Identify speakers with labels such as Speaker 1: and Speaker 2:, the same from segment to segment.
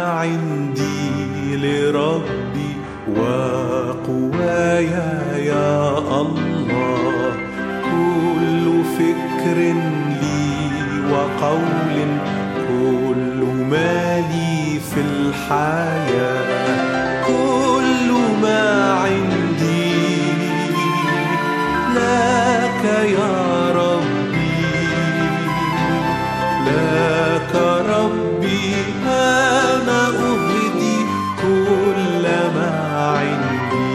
Speaker 1: عندي لربي وقوايا يا الله كل فكر لي وقول كل ما لي في الحياة كل ما عندي لك يا ربي لك ربي أنا أهدي كل ما عندي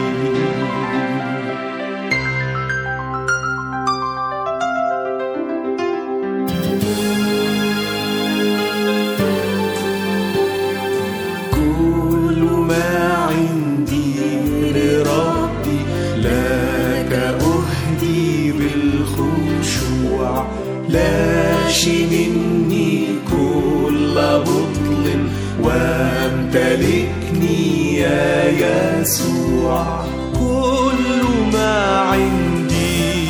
Speaker 1: كل ما عندي لربي لك أهدي بالخشوع لاش مني كل بطل وامتلكني يا يسوع كل ما عندي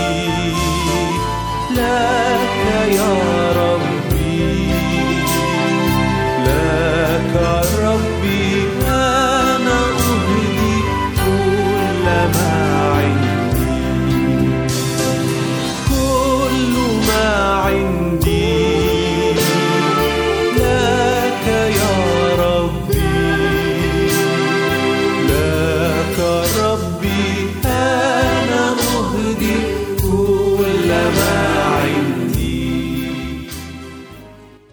Speaker 1: لك يا ربي لك ربي أنا أهدي كل ما عندي كل ما عندي لك يا ربي لك ربي أنا أهدي كل ما عندي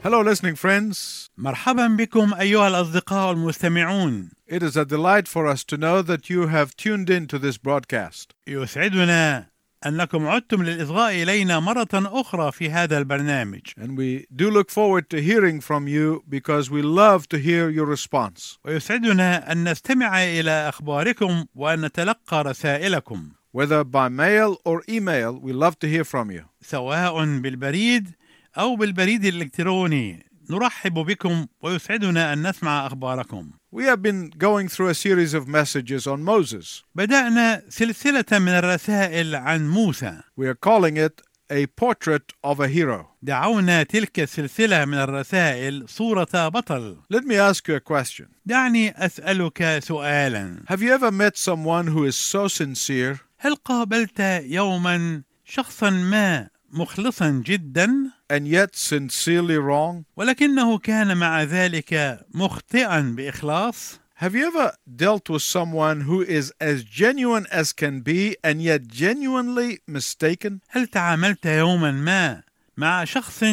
Speaker 2: Hello, listening friends.
Speaker 3: مرحبا بكم أيها الأصدقاء المستمعون
Speaker 2: It is a delight for us to know that you have tuned in to this broadcast.
Speaker 3: يسعدنا أنكم عدتم للإصغاء إلينا مرة أخرى في هذا البرنامج
Speaker 2: And we do look forward to hearing from you because we love to hear your response.
Speaker 3: ويسعدنا أن نستمع إلى أخباركم وأن نتلقى رسائلكم
Speaker 2: Whether by mail or email, we love to hear from you.
Speaker 3: سواء بالبريد أو بالبريد الإلكتروني نرحب بكم ويسعدنا أن نسمع أخباركم
Speaker 2: We have been going through a series of messages on Moses.
Speaker 3: بدأنا سلسلة من الرسائل عن موسى
Speaker 2: We are calling it a portrait of a hero.
Speaker 3: دعونا تلك السلسلة من الرسائل صورة بطل
Speaker 2: Let me ask you a question.
Speaker 3: دعني أسألك سؤالا
Speaker 2: Have you ever met someone who is so sincere
Speaker 3: هل قابلت يوما شخصا ما مخلصا جدا
Speaker 2: and yet sincerely wrong?
Speaker 3: ولكنه كان مع ذلك مخطئا باخلاص
Speaker 2: Have you ever dealt with someone who is as genuine as can be and yet genuinely mistaken?
Speaker 3: هل تعاملت يوما ما مع شخص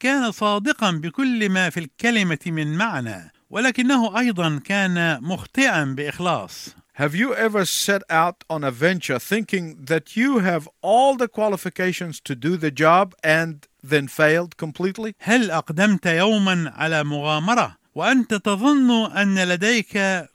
Speaker 3: كان صادقا بكل ما في الكلمه من معنى ولكنه ايضا كان مخطئا باخلاص
Speaker 2: Have you ever set out on a venture thinking that you have all the qualifications to do the job and then failed completely?
Speaker 3: هل اقدمت يوما على مغامره وانت تظن ان لديك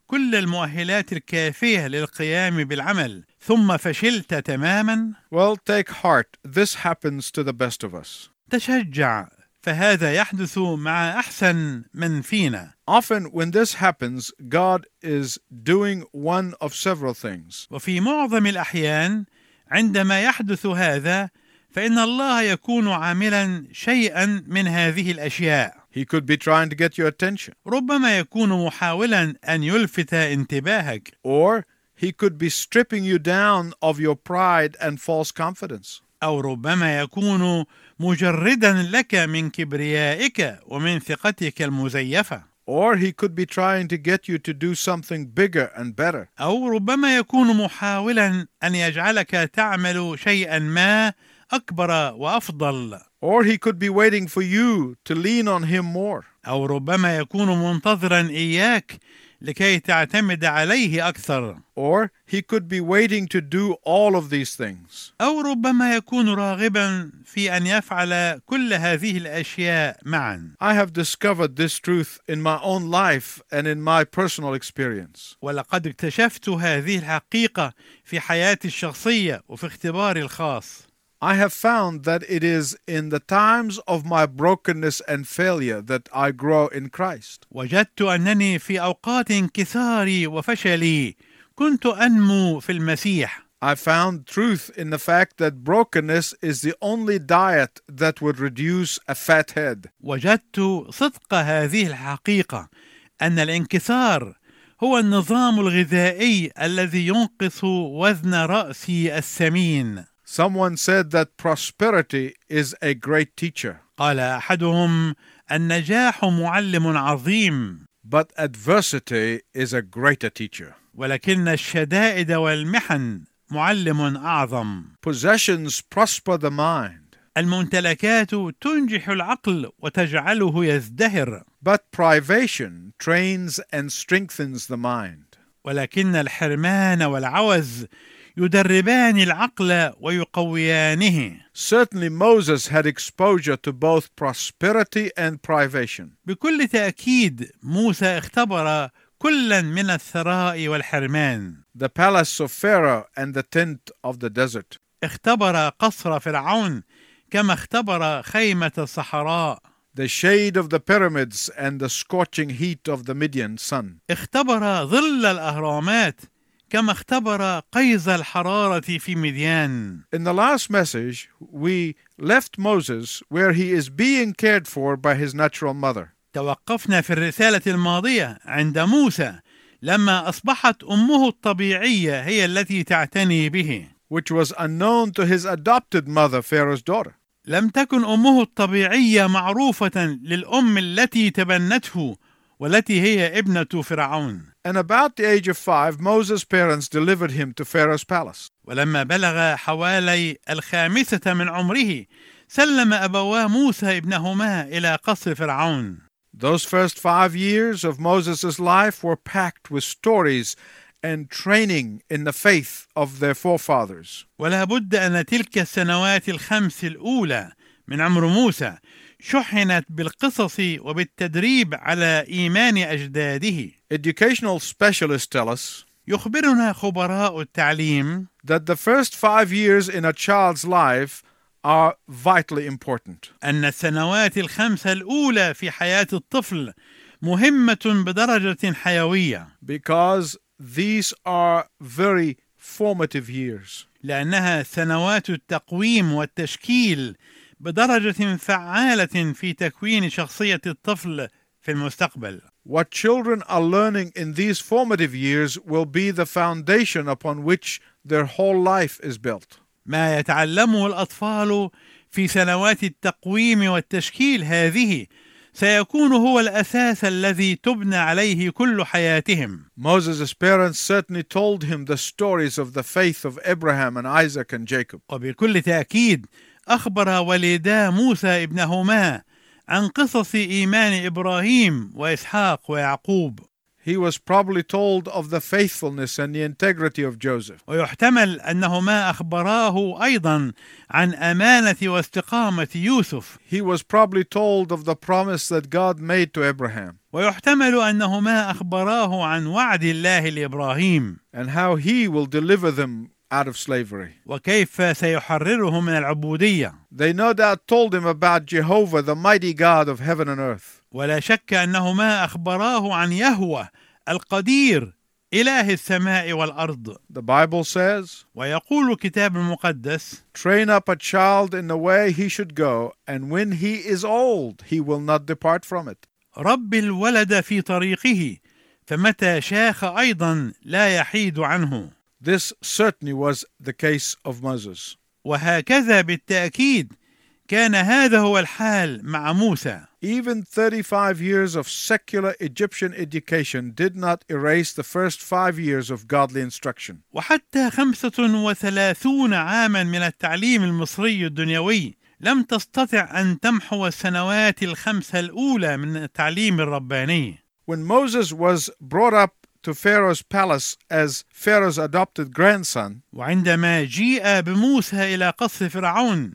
Speaker 3: كل المؤهلات الكافيه للقيام بالعمل ثم فشلت تماما
Speaker 2: Well, take heart. This happens to the best of us.
Speaker 3: تشجع فهذا يحدث مع احسن من فينا
Speaker 2: Often, when this happens, God is doing one of several things.
Speaker 3: وفي معظم الاحيان عندما يحدث هذا فان الله يكون عاملا شيئا من هذه الاشياء
Speaker 2: He could be trying to get your attention,
Speaker 3: ربما يكون محاولا ان يلفت انتباهك
Speaker 2: or He could be stripping you down of your pride and false confidence.
Speaker 3: او ربما يكون مجردا لك من كبريائك ومن ثقتك المزيفه
Speaker 2: Or He could be trying to get you to do something bigger and better.
Speaker 3: او ربما يكون محاولا ان يجعلك تعمل شيئا ما اكبر وافضل
Speaker 2: Or He could be waiting for you to lean on Him more.
Speaker 3: أو ربما يكون منتظرا إياك لكي تعتمد عليه أكثر
Speaker 2: Or He could be waiting to do all of these things.
Speaker 3: أو ربما يكون راغبا في أن يفعل كل هذه الأشياء معا
Speaker 2: I have discovered this truth in my own life and in my personal experience.
Speaker 3: ولقد اكتشفت هذه الحقيقة في حياتي الشخصية وفي اختباري الخاص
Speaker 2: I have found that it is in the times of my brokenness and failure that I grow in Christ.
Speaker 3: وجدت أنني في أوقات انكساري وفشلي كنت أنمو في المسيح
Speaker 2: I found truth in the fact that brokenness is the only diet that would reduce a fat head.
Speaker 3: وجدت صدق هذه الحقيقة أن الانكسار هو النظام الغذائي الذي ينقص وزن رأسي السمين.
Speaker 2: Someone said that prosperity is a great teacher,
Speaker 3: قال أحدهم: النجاح معلم عظيم،
Speaker 2: but adversity is a greater teacher.
Speaker 3: ولكن الشدائد والمحن معلم أعظم.
Speaker 2: Possessions prosper the mind,
Speaker 3: الممتلكات تنجح العقل وتجعله يزدهر،
Speaker 2: but privation trains and strengthens the mind.
Speaker 3: ولكن الحرمان والعوز يدربان العقل ويقويانه.
Speaker 2: Certainly, Moses had exposure to both prosperity and privation.
Speaker 3: بكل تأكيد موسى اختبر كلا من الثراء والحرمان
Speaker 2: The palace of Pharaoh and the tent of the desert.
Speaker 3: اختبر قصر فرعون كما اختبر خيمة الصحراء
Speaker 2: the shade of the pyramids and the scorching heat of the Midian sun.
Speaker 3: اختبر ظل الأهرامات كما اختبر قيظ الحرارة في مديان
Speaker 2: In the last message, we left Moses where he is being cared for by his natural mother.
Speaker 3: توقفنا في الرسالة الماضية عند موسى لما أصبحت أمه الطبيعية هي التي تعتني به
Speaker 2: Which was unknown to his adopted mother, Pharaoh's daughter.
Speaker 3: لم تكن امه الطبيعيه معروفه للام التي تبنته والتي هي ابنه فرعون
Speaker 2: And about the age of five, Moses' parents delivered him to Pharaoh's palace.
Speaker 3: ولما بلغ حوالي الخامسه من عمره سلم ابواه موسى ابنهما الى قصر فرعون
Speaker 2: Those first five years of Moses' life were packed with stories and training in the faith of their forefathers.
Speaker 3: ولا بد ان تلك السنوات الخمس الاولى من عمر موسى شحنت بالقصص وبالتدريب على ايمان اجداده
Speaker 2: Educational specialists tell us
Speaker 3: يخبرنا خبراء التعليم
Speaker 2: that the first five years in a child's life are vitally important.
Speaker 3: أن السنوات الخمسة الأولى في حياة الطفل مهمة بدرجة حيوية
Speaker 2: because these are very formative years.
Speaker 3: لأنها سنوات التقويم والتشكيل بدرجة فعالة في تكوين شخصية الطفل في المستقبل.
Speaker 2: What children are learning in these formative years will be the foundation upon which their whole life is built.
Speaker 3: ما يتعلمه الأطفال في سنوات التقويم والتشكيل هذه سيكون هو الأساس الذي تبنى عليه كل حياتهم.
Speaker 2: Moses' parents certainly told him the stories of the faith of Abraham and Isaac and Jacob.
Speaker 3: وبكل تأكيد أخبر والدا موسى ابنهما عن قصص إيمان إبراهيم وإسحاق ويعقوب
Speaker 2: He was probably told of the faithfulness and the integrity of Joseph.
Speaker 3: ويحتمل أنهما أخبراه أيضا عن أمانة واستقامة يوسف
Speaker 2: He was probably told of the promise that God made to Abraham.
Speaker 3: ويحتمل أنهما أخبراه عن وعد الله لإبراهيم
Speaker 2: and how he will deliver them out of slavery.
Speaker 3: وكيف سيحرره من العبودية
Speaker 2: They no doubt told him about Jehovah, the mighty God of heaven and earth.
Speaker 3: ولا شك أنهما أخبراه عن يهوه القدير إله السماء والأرض
Speaker 2: The Bible says,
Speaker 3: ويقول الكتاب المقدس
Speaker 2: Train up a child in the way he should go, and when he is old, he will not depart from it.
Speaker 3: رب الولد في طريقه فمتى شاخ ايضا لا يحيد عنه
Speaker 2: This certainly was the case of Moses.
Speaker 3: وهكذا بالتاكيد كان هذا هو الحال مع موسى
Speaker 2: Even 35 years of secular Egyptian education did not erase the first five years of godly instruction.
Speaker 3: وحتى خمسة وثلاثون عاما من التعليم المصري الدنيوي لم تستطع أن تمحو السنوات الخمسة الأولى من التعليم الرباني
Speaker 2: When Moses was brought up to Pharaoh's palace as Pharaoh's adopted grandson,
Speaker 3: وعندما جيء بموسى إلى قصر فرعون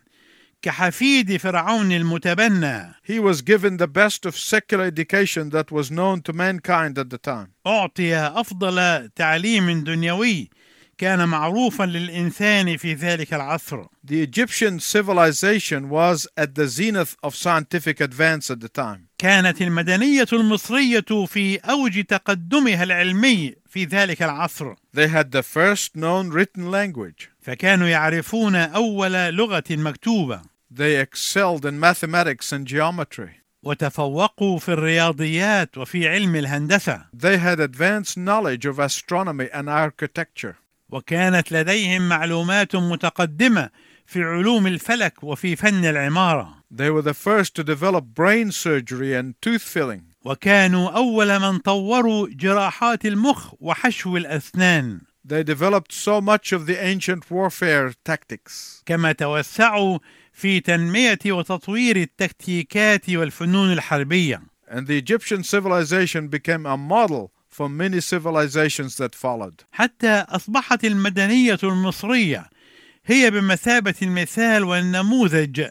Speaker 3: كحفيد فرعون المتبنى
Speaker 2: He was given the best of secular education that was known to mankind at the time.
Speaker 3: أعطي أفضل تعليم دنيوي كان معروفا للإنسان في ذلك العصر
Speaker 2: The Egyptian civilization was at the zenith of scientific advance at the time.
Speaker 3: كانت المدنية المصرية في أوج تقدمها العلمي في ذلك العصر
Speaker 2: They had the first known written language.
Speaker 3: فكانوا يعرفون أول لغة مكتوبة
Speaker 2: They excelled in mathematics and geometry.
Speaker 3: وتفوقوا في الرياضيات وفي علم الهندسه
Speaker 2: They had advanced knowledge of astronomy and architecture.
Speaker 3: وكانت لديهم معلومات متقدمه في علوم الفلك وفي فن العماره
Speaker 2: They were the first to develop brain surgery and tooth filling.
Speaker 3: وكانوا اول من طوروا جراحات المخ وحشو الاسنان
Speaker 2: They developed so much of the ancient warfare tactics.
Speaker 3: كما توسعوا في تنميه وتطوير التكتيكات والفنون الحربيه
Speaker 2: And the Egyptian civilization became a model for many civilizations that followed.
Speaker 3: حتى اصبحت المدنيه المصريه هي بمثابه المثال والنموذج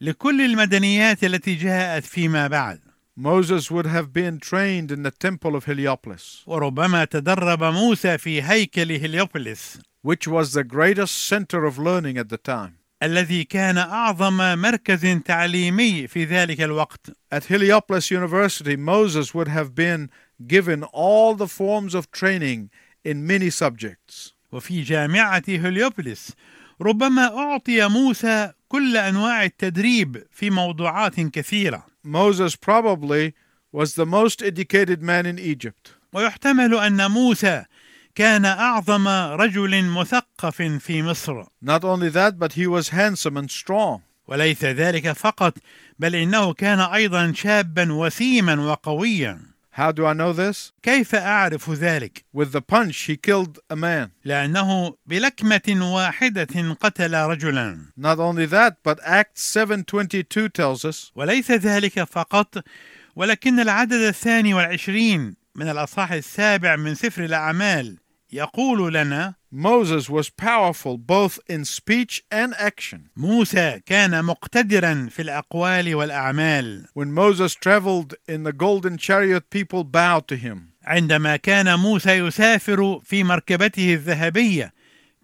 Speaker 3: لكل المدنيات التي جاءت فيما بعد
Speaker 2: Moses would have been trained in the temple of Heliopolis,
Speaker 3: وربما تدرب موسى في هيكل هليوبوليس
Speaker 2: which was the greatest center of learning at the time.
Speaker 3: الذي كان اعظم مركز تعليمي في ذلك الوقت
Speaker 2: At Heliopolis University, Moses would have been given all the forms of training in many subjects.
Speaker 3: وفي جامعه هليوبوليس ربما اعطي موسى كل انواع التدريب في موضوعات كثيره
Speaker 2: Moses probably was the most educated man in Egypt.
Speaker 3: ويحتمل ان موسى كان اعظم رجل مثقف في مصر
Speaker 2: Not only that, but he was handsome and strong.
Speaker 3: وليس ذلك فقط بل انه كان ايضا شابا وسيما وقويا
Speaker 2: How do I know this?
Speaker 3: كيف اعرف ذلك
Speaker 2: With the punch, he killed a man.
Speaker 3: لانه بلكمه واحده قتل رجلا
Speaker 2: Not only that, but Acts 7:22 tells us
Speaker 3: وليس ذلك فقط ولكن العدد الثاني والعشرين من الاصحاح السابع من سفر الاعمال يقول لنا
Speaker 2: Moses was powerful both in speech and action.
Speaker 3: موسى كان مقتدرا في الاقوال والاعمال
Speaker 2: When Moses traveled in the golden chariot, people bowed to him.
Speaker 3: عندما كان موسى يسافر في مركبته الذهبيه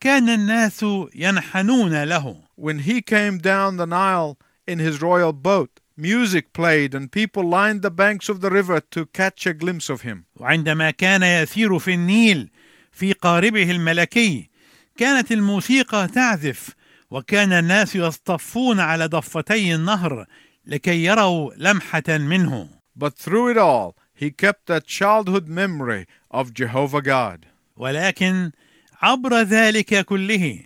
Speaker 3: كان الناس ينحنون له
Speaker 2: When he came down the Nile in his royal boat, music played and people lined the banks of the river to catch a glimpse of him.
Speaker 3: وعندما كان يسير في النيل في قاربه الملكي كانت الموسيقى تعزف وكان الناس يصطفون على ضفتي النهر لكي يروا لمحه منه
Speaker 2: But through it all, he kept that childhood memory of Jehovah God.
Speaker 3: ولكن عبر ذلك كله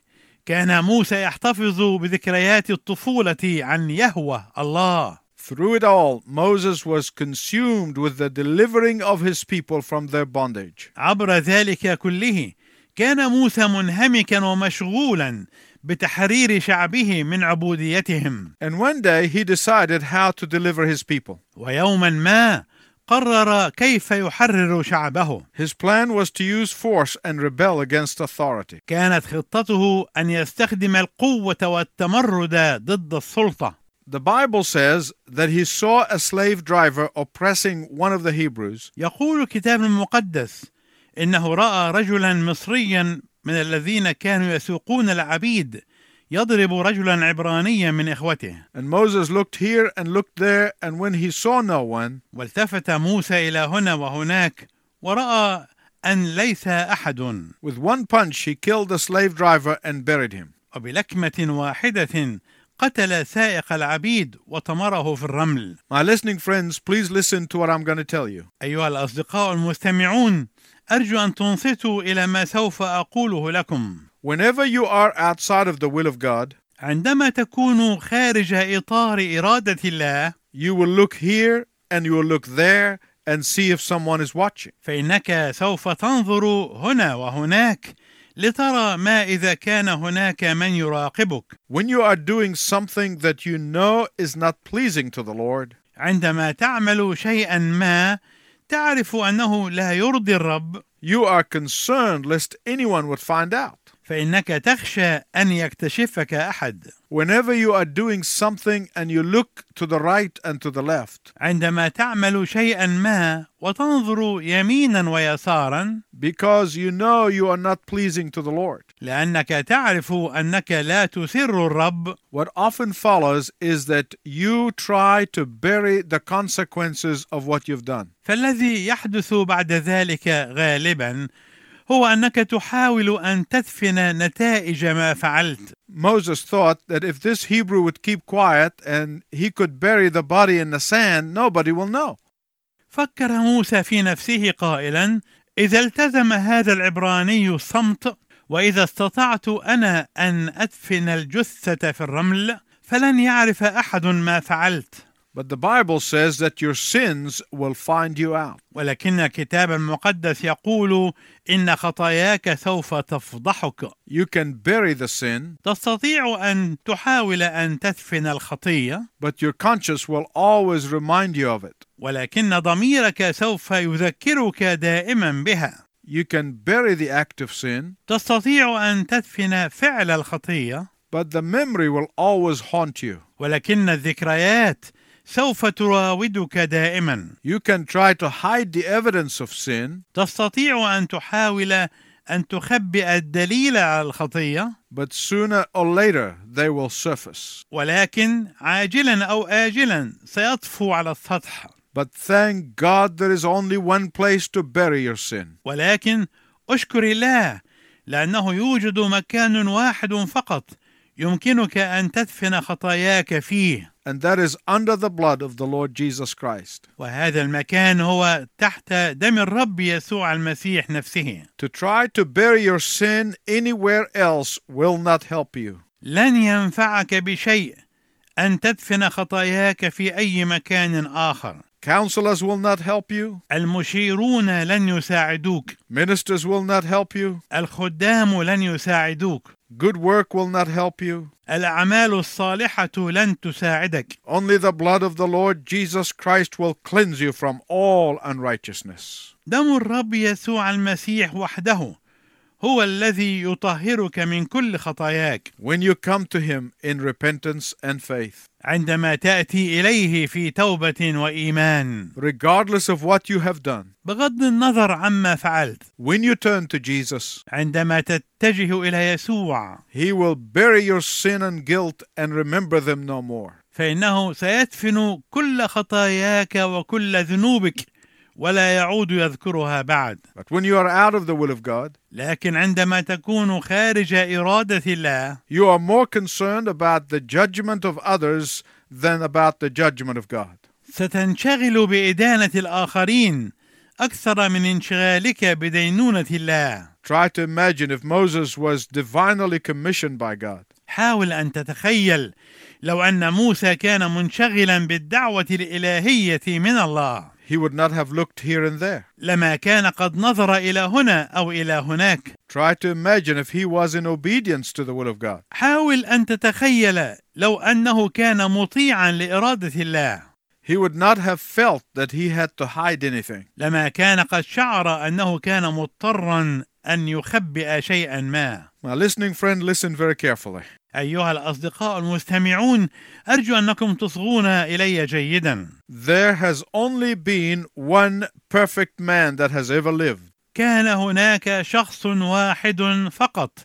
Speaker 3: كان موسى يحتفظ بذكريات الطفوله عن يهوه الله
Speaker 2: Through it all, Moses was consumed with the delivering of his people from their bondage.
Speaker 3: عبر ذلك كله كان موسى منهمكا ومشغولا بتحرير شعبه من عبوديتهم
Speaker 2: And one day he decided how to deliver his people.
Speaker 3: ويوما ما قرر كيف يحرر شعبه
Speaker 2: His plan was to use force and rebel against authority.
Speaker 3: كانت خطته ان يستخدم القوه والتمرد ضد السلطه
Speaker 2: The Bible says that he saw a slave driver oppressing one of the Hebrews,
Speaker 3: يقول الكتاب المقدس انه راى رجلا مصريا من الذين كانوا يسوقون العبيد يضرب رجلا عبرانيا من اخوته
Speaker 2: and Moses looked here and looked there, and when he saw no one,
Speaker 3: والتفت موسى الى هنا وهناك وراى ان ليس احد
Speaker 2: with one punch he killed the slave driver and buried him.
Speaker 3: وبلكمه واحده قتل سائق العبيد وطمره في الرمل
Speaker 2: My listening friends, please listen to what I'm going to tell you.
Speaker 3: ايها الاصدقاء المستمعون ارجو ان تنصتوا الى ما سوف اقوله لكم
Speaker 2: Whenever you are outside of the will of God,
Speaker 3: عندما تكونوا خارج اطار اراده الله
Speaker 2: you will look here and you will look there and see if someone is watching.
Speaker 3: فانك سوف تنظر هنا وهناك لترى ما اذا كان هناك من يراقبك
Speaker 2: When you are doing something that you know is not pleasing to the Lord,
Speaker 3: عندما تعمل شيئا ما تعرف انه لا يرضي الرب
Speaker 2: you are concerned lest anyone would find out.
Speaker 3: فانك تخشى ان يكتشفك احد
Speaker 2: Whenever you are doing something and you look to the right and to the left,
Speaker 3: عندما تعمل شيئا ما وتنظر يمينا ويسارا
Speaker 2: because you know you are not pleasing to the Lord,
Speaker 3: لانك تعرف انك لا تسر الرب
Speaker 2: what often follows is that you try to bury the consequences of what you've done.
Speaker 3: فالذي يحدث بعد ذلك غالبا هو انك تحاول ان تدفن نتائج ما فعلت
Speaker 2: Moses thought that if this Hebrew would keep quiet and he could bury the body in the sand, nobody will know.
Speaker 3: فكر موسى في نفسه قائلا اذا التزم هذا العبراني الصمت واذا استطعت انا ان ادفن الجثه في الرمل فلن يعرف احد ما فعلت
Speaker 2: But the Bible says that your sins will find you out.
Speaker 3: ولكن الكتاب المقدس يقول ان خطاياك سوف تفضحك
Speaker 2: You can bury the sin,
Speaker 3: تستطيع ان تحاول ان تدفن الخطيه
Speaker 2: but your conscience will always remind you of it.
Speaker 3: ولكن ضميرك سوف يذكرك دائما بها
Speaker 2: You can bury the act of sin,
Speaker 3: تستطيع ان تدفن فعل الخطيه
Speaker 2: but the memory will always haunt you.
Speaker 3: ولكن الذكريات سوف تراودك دائما
Speaker 2: You can try to hide the evidence of sin,
Speaker 3: تستطيع ان تحاول ان تخبئ الدليل على الخطيه
Speaker 2: but sooner or later they will surface.
Speaker 3: ولكن عاجلا او اجلا سيطفو على السطح
Speaker 2: But thank God there is only one place to bury your sin.
Speaker 3: ولكن اشكر الله لانه يوجد مكان واحد فقط يمكنك ان تدفن خطاياك فيه
Speaker 2: and that is under the blood of the Lord Jesus Christ.
Speaker 3: وهذا المكان هو تحت دم الرب يسوع المسيح نفسه
Speaker 2: To try to bury your sin anywhere else will not help you.
Speaker 3: لن ينفعك بشيء ان تدفن خطاياك في اي مكان اخر
Speaker 2: Counselors will not help you.
Speaker 3: المشيرون لن يساعدوك
Speaker 2: Ministers will not help you.
Speaker 3: الخدام لن يساعدوك
Speaker 2: Good work will not help you.
Speaker 3: الاعمال الصالحه لن تساعدك
Speaker 2: Only the blood of the Lord Jesus Christ will cleanse you from all unrighteousness.
Speaker 3: دم الرب يسوع المسيح وحده هو الذي يطهرك من كل خطاياك
Speaker 2: When you come to Him in repentance and faith,
Speaker 3: عندما تاتي اليه في توبه وايمان
Speaker 2: regardless of what you have done,
Speaker 3: بغض النظر عما فعلت
Speaker 2: when you turn to Jesus,
Speaker 3: عندما تتجه الى يسوع
Speaker 2: He will bury your sin and guilt and remember them no more.
Speaker 3: فانه سيدفن كل خطاياك وكل ذنوبك ولا يعود يذكرها بعد
Speaker 2: But when you are out of the will of God,
Speaker 3: لكن عندما تكون خارج اراده الله
Speaker 2: you are more concerned about the judgment of others than about the judgment of God.
Speaker 3: ستنشغل بإدانة الآخرين أكثر من انشغالك بدينونة الله.
Speaker 2: Try to imagine if Moses was divinely commissioned by God.
Speaker 3: حاول أن تتخيل لو أن موسى كان منشغلا بالدعوة الإلهية من الله
Speaker 2: He would not have looked here and there.
Speaker 3: لما كان قد نظر إلى هنا أو إلى هناك.
Speaker 2: Try to imagine if he was in obedience to the will of God.
Speaker 3: حاول أن تتخيل لو أنه كان مطيعا لإرادة الله
Speaker 2: He would not have felt that he had to hide anything.
Speaker 3: لما كان قد شعر أنه كان مضطرا أن يخبئ شيئا ما.
Speaker 2: My listening friend, listen very carefully.
Speaker 3: أيها الأصدقاء المستمعون أرجو أنكم تصغون إلي جيدا
Speaker 2: There has only been one perfect man that has ever lived.
Speaker 3: كان هناك شخص واحد فقط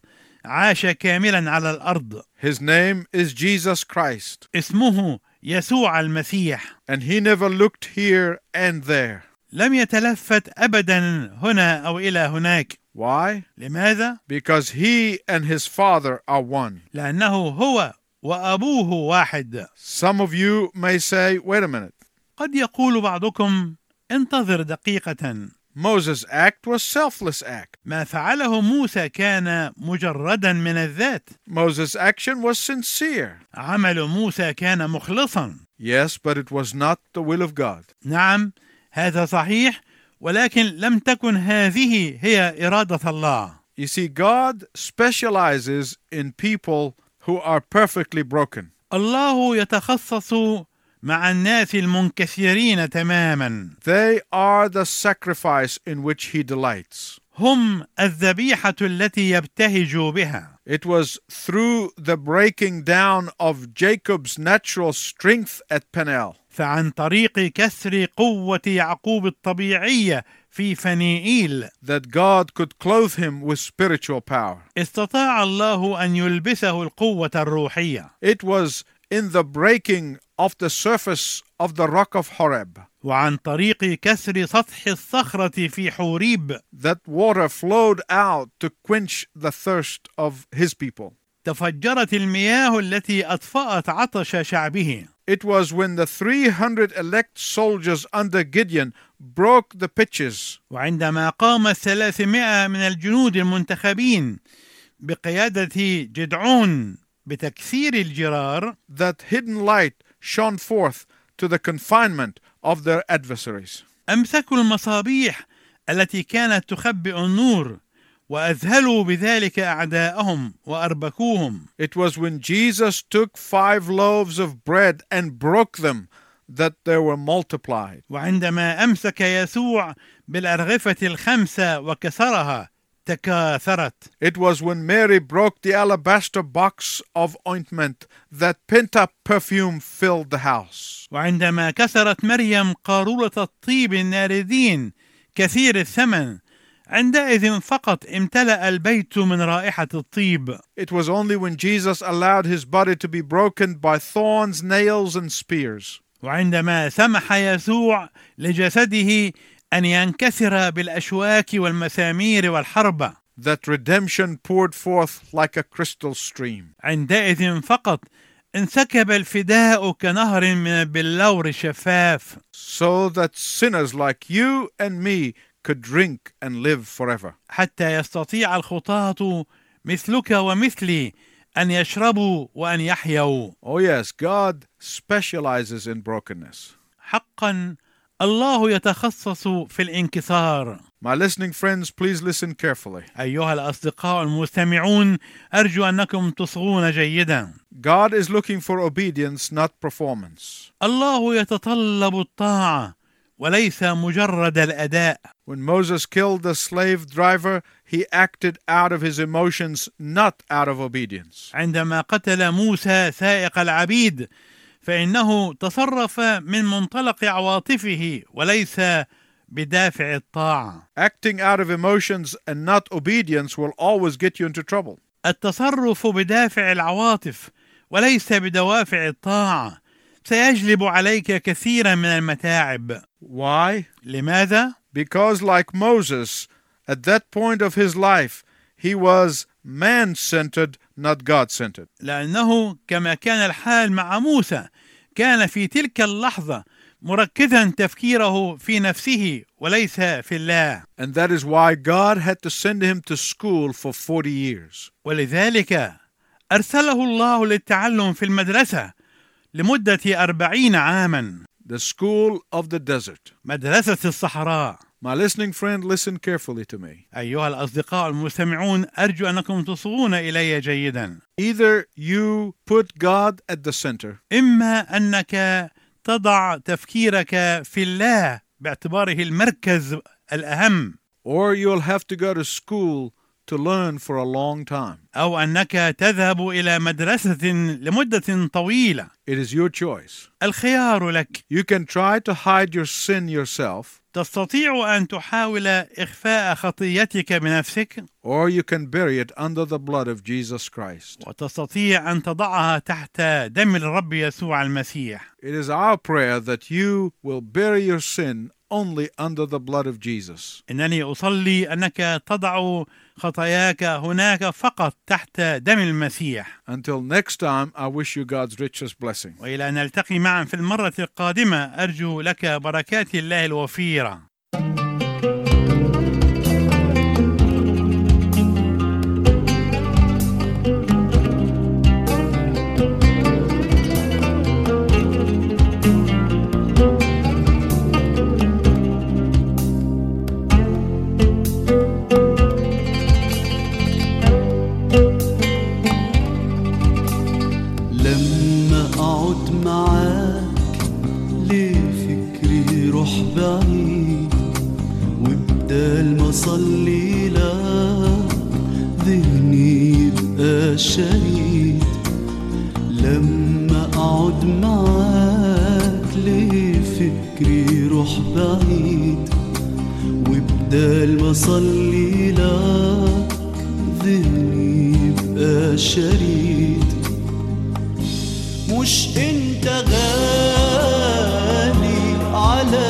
Speaker 3: عاش كاملا على الأرض
Speaker 2: His name is Jesus Christ,
Speaker 3: اسمه يسوع المسيح
Speaker 2: and he never looked here and there.
Speaker 3: لم يتلفت أبدا هنا أو إلى هناك
Speaker 2: Why?
Speaker 3: لماذا؟
Speaker 2: Because he and his father are one.
Speaker 3: لأنه هو وأبوه واحد
Speaker 2: Some of you may say, wait a minute,
Speaker 3: قد يقول بعضكم انتظر دقيقة
Speaker 2: Moses' act was selfless act.
Speaker 3: ما فعله موسى كان مجردا من الذات
Speaker 2: Moses' action was sincere.
Speaker 3: عمل موسى كان مخلصا
Speaker 2: Yes, but it was not the will of God.
Speaker 3: نعم هذا صحيح ولكن لم تكن هذه هي إرادة الله
Speaker 2: You see, God specializes in people who are perfectly broken.
Speaker 3: الله يتخصص مع الناس المنكسرين تماما
Speaker 2: They are the sacrifice in which he delights.
Speaker 3: هم الذبيحة التي يبتهج بها
Speaker 2: It was through the breaking down of Jacob's natural strength at Peniel
Speaker 3: فعن طريق كسر قوة يعقوب الطبيعية في فنيئيل
Speaker 2: that God could clothe him with spiritual power.
Speaker 3: استطاع الله أن يلبسه القوة الروحية
Speaker 2: It was in the breaking of the surface of the rock of Horeb
Speaker 3: وعن طريق كسر سطح الصخرة في حوريب
Speaker 2: that water flowed out to quench the thirst of his people.
Speaker 3: تفجرت المياه التي أطفأت عطش شعبه
Speaker 2: It was when the 300 elect soldiers under Gideon broke the pitches
Speaker 3: وعندما قام الثلاثمائة من الجنود المنتخبين بقيادة جدعون بتكسير الجرار
Speaker 2: that hidden light shone forth to the confinement of their adversaries.
Speaker 3: أمسكوا المصابيح التي كانت تخبئ النور وأذهلوا بذلك أعداءهم وأربكوهم
Speaker 2: It was when Jesus took five loaves of bread and broke them that they were multiplied.
Speaker 3: وعندما أمسك يسوع بالأرغفة الخمسة وكسرها تكاثرت
Speaker 2: It was when Mary broke the alabaster box of ointment that pent up perfume filled the house.
Speaker 3: وعندما كسرت مريم قارورة الطيب الناردين كثير الثمن عندئذ فقط امتلأ البيت من رائحة الطيب
Speaker 2: It was only when Jesus allowed his body to be broken by thorns, nails, and spears
Speaker 3: وعندما سمح يسوع لجسده أن ينكسر بالأشواك والمسامير والحربة
Speaker 2: that redemption poured forth like a crystal stream.
Speaker 3: عندئذ فقط انسكب الفداء كنهر من البلور الشفاف
Speaker 2: so that sinners like you and me could drink and live forever.
Speaker 3: حتى يستطيع الخطاة مثلك ومثلي أن يشربوا وأن يحيوا
Speaker 2: Oh, yes, God specializes in brokenness.
Speaker 3: حقا الله يتخصص في الانكسار
Speaker 2: My listening friends, please listen carefully.
Speaker 3: أيها الأصدقاء المستمعون أرجو أنكم تصغون جيدا
Speaker 2: God is looking for obedience, not performance.
Speaker 3: الله يتطلب الطاعة وليس مجرد الأداء
Speaker 2: When Moses killed the slave driver, he acted out of his emotions, not out of obedience.
Speaker 3: عندما قتل موسى سائق العبيد فإنه تصرف من منطلق عواطفه وليس بدافع الطاعة
Speaker 2: Acting out of emotions and not obedience will always get you into trouble.
Speaker 3: التصرف بدافع العواطف وليس بدوافع الطاعة سيجلب عليك كثيرا من المتاعب
Speaker 2: Why?
Speaker 3: لماذا؟
Speaker 2: Because, like Moses, at that point of his life, he was man centered, not God centered.
Speaker 3: لأنه كما كان الحال مع موسى كان في تلك اللحظة مركزا تفكيره في نفسه وليس في الله
Speaker 2: And that is why God had to send him to school for 40 years.
Speaker 3: ولذلك أرسله الله للتعلم في المدرسة لمدة أربعين عاما
Speaker 2: The school of the desert.
Speaker 3: مدرسة الصحراء
Speaker 2: My listening friend, listen carefully to me.
Speaker 3: أيها الأصدقاء المستمعون أرجو أنكم تصغون إلي جيدا
Speaker 2: Either you put God at the center,
Speaker 3: إما أنك تضع تفكيرك في الله باعتباره المركز الأهم
Speaker 2: or you'll have to go to school to learn for a long time.
Speaker 3: أو أنك تذهب إلى مدرسة لمدة طويلة
Speaker 2: It is your choice.
Speaker 3: الخيار لك
Speaker 2: You can try to hide your sin yourself,
Speaker 3: تستطيع أن تحاول إخفاء خطيتك بنفسك
Speaker 2: or you can bury it under the blood of Jesus Christ.
Speaker 3: وتستطيع أن تضعها تحت دم الرب يسوع المسيح
Speaker 2: It is our prayer that you will bury your sin only under the blood of Jesus.
Speaker 3: إنني أصلي أنك تضع خطاياك هناك فقط تحت دم المسيح
Speaker 2: Until next time, I wish you God's richest blessing.
Speaker 3: وإلى أن نلتقي معا في المرة القادمة أرجو لك بركات الله الوفيرة
Speaker 1: لما اقعد معاك ليه فكري يروح بعيد وبدال ما اصلي لك ذهني يبقى شهيد لما اقعد معاك ليه فكري يروح بعيد وبدال ما اصلي لك ذهني يبقى شريد مش انت غالي على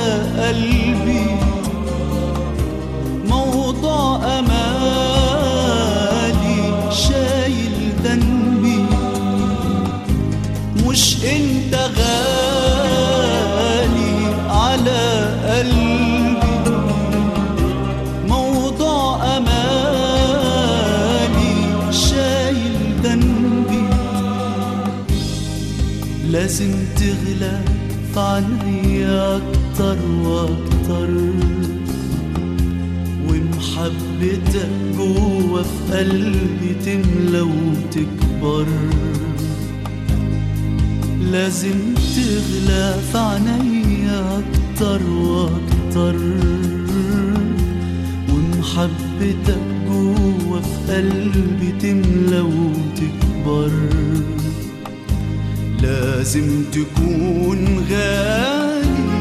Speaker 1: لازم تغلى في عني أكتر وأكتر ومحبتك جوا في قلبي تملى وتكبر لازم تغلى في عني أكتر وأكتر ومحبتك جوا في قلبي تملى وتكبر لازم تكون غالي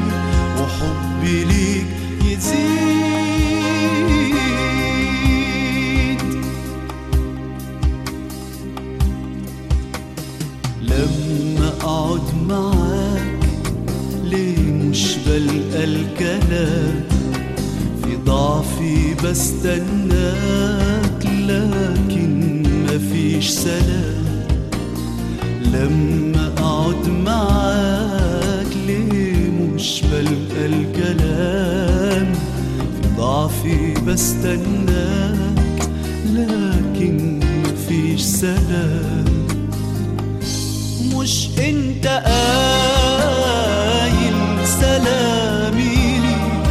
Speaker 1: وحبي ليك يزيد لما اقعد معاك ليه مش بلقى الكلام في ضعفي بستناك لكن مفيش سلام لما اقعد معاك ليه مش بلقى الكلام في ضعفي بستناك لكن مفيش سلام مش انت قايل سلامي ليك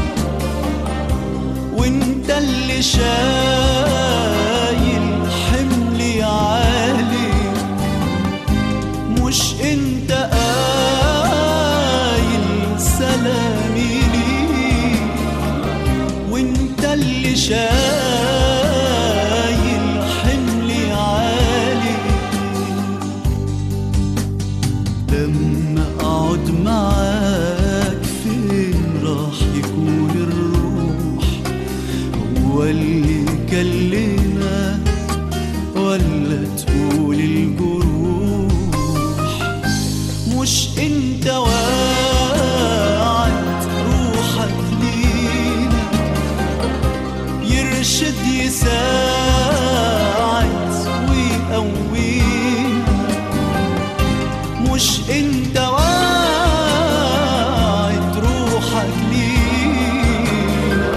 Speaker 1: وانت اللي شايل حملي عليك مش انت قايل سلامي ليك وانت اللي شايل حملي عليك لما اقعد معاك فين راح يكون الروح هو اللي كلمك ولا تقول الجروح مش انت وعد روحك لينا يرشد يساعد ويقوينا مش انت وعد روحك لينا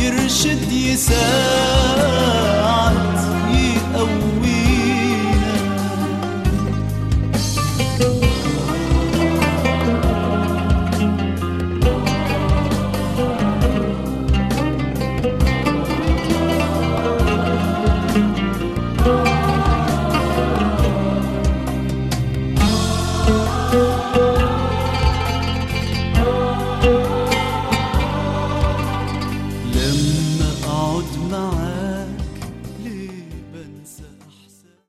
Speaker 1: يرشد يساعد يقوينا لما اقعد معاك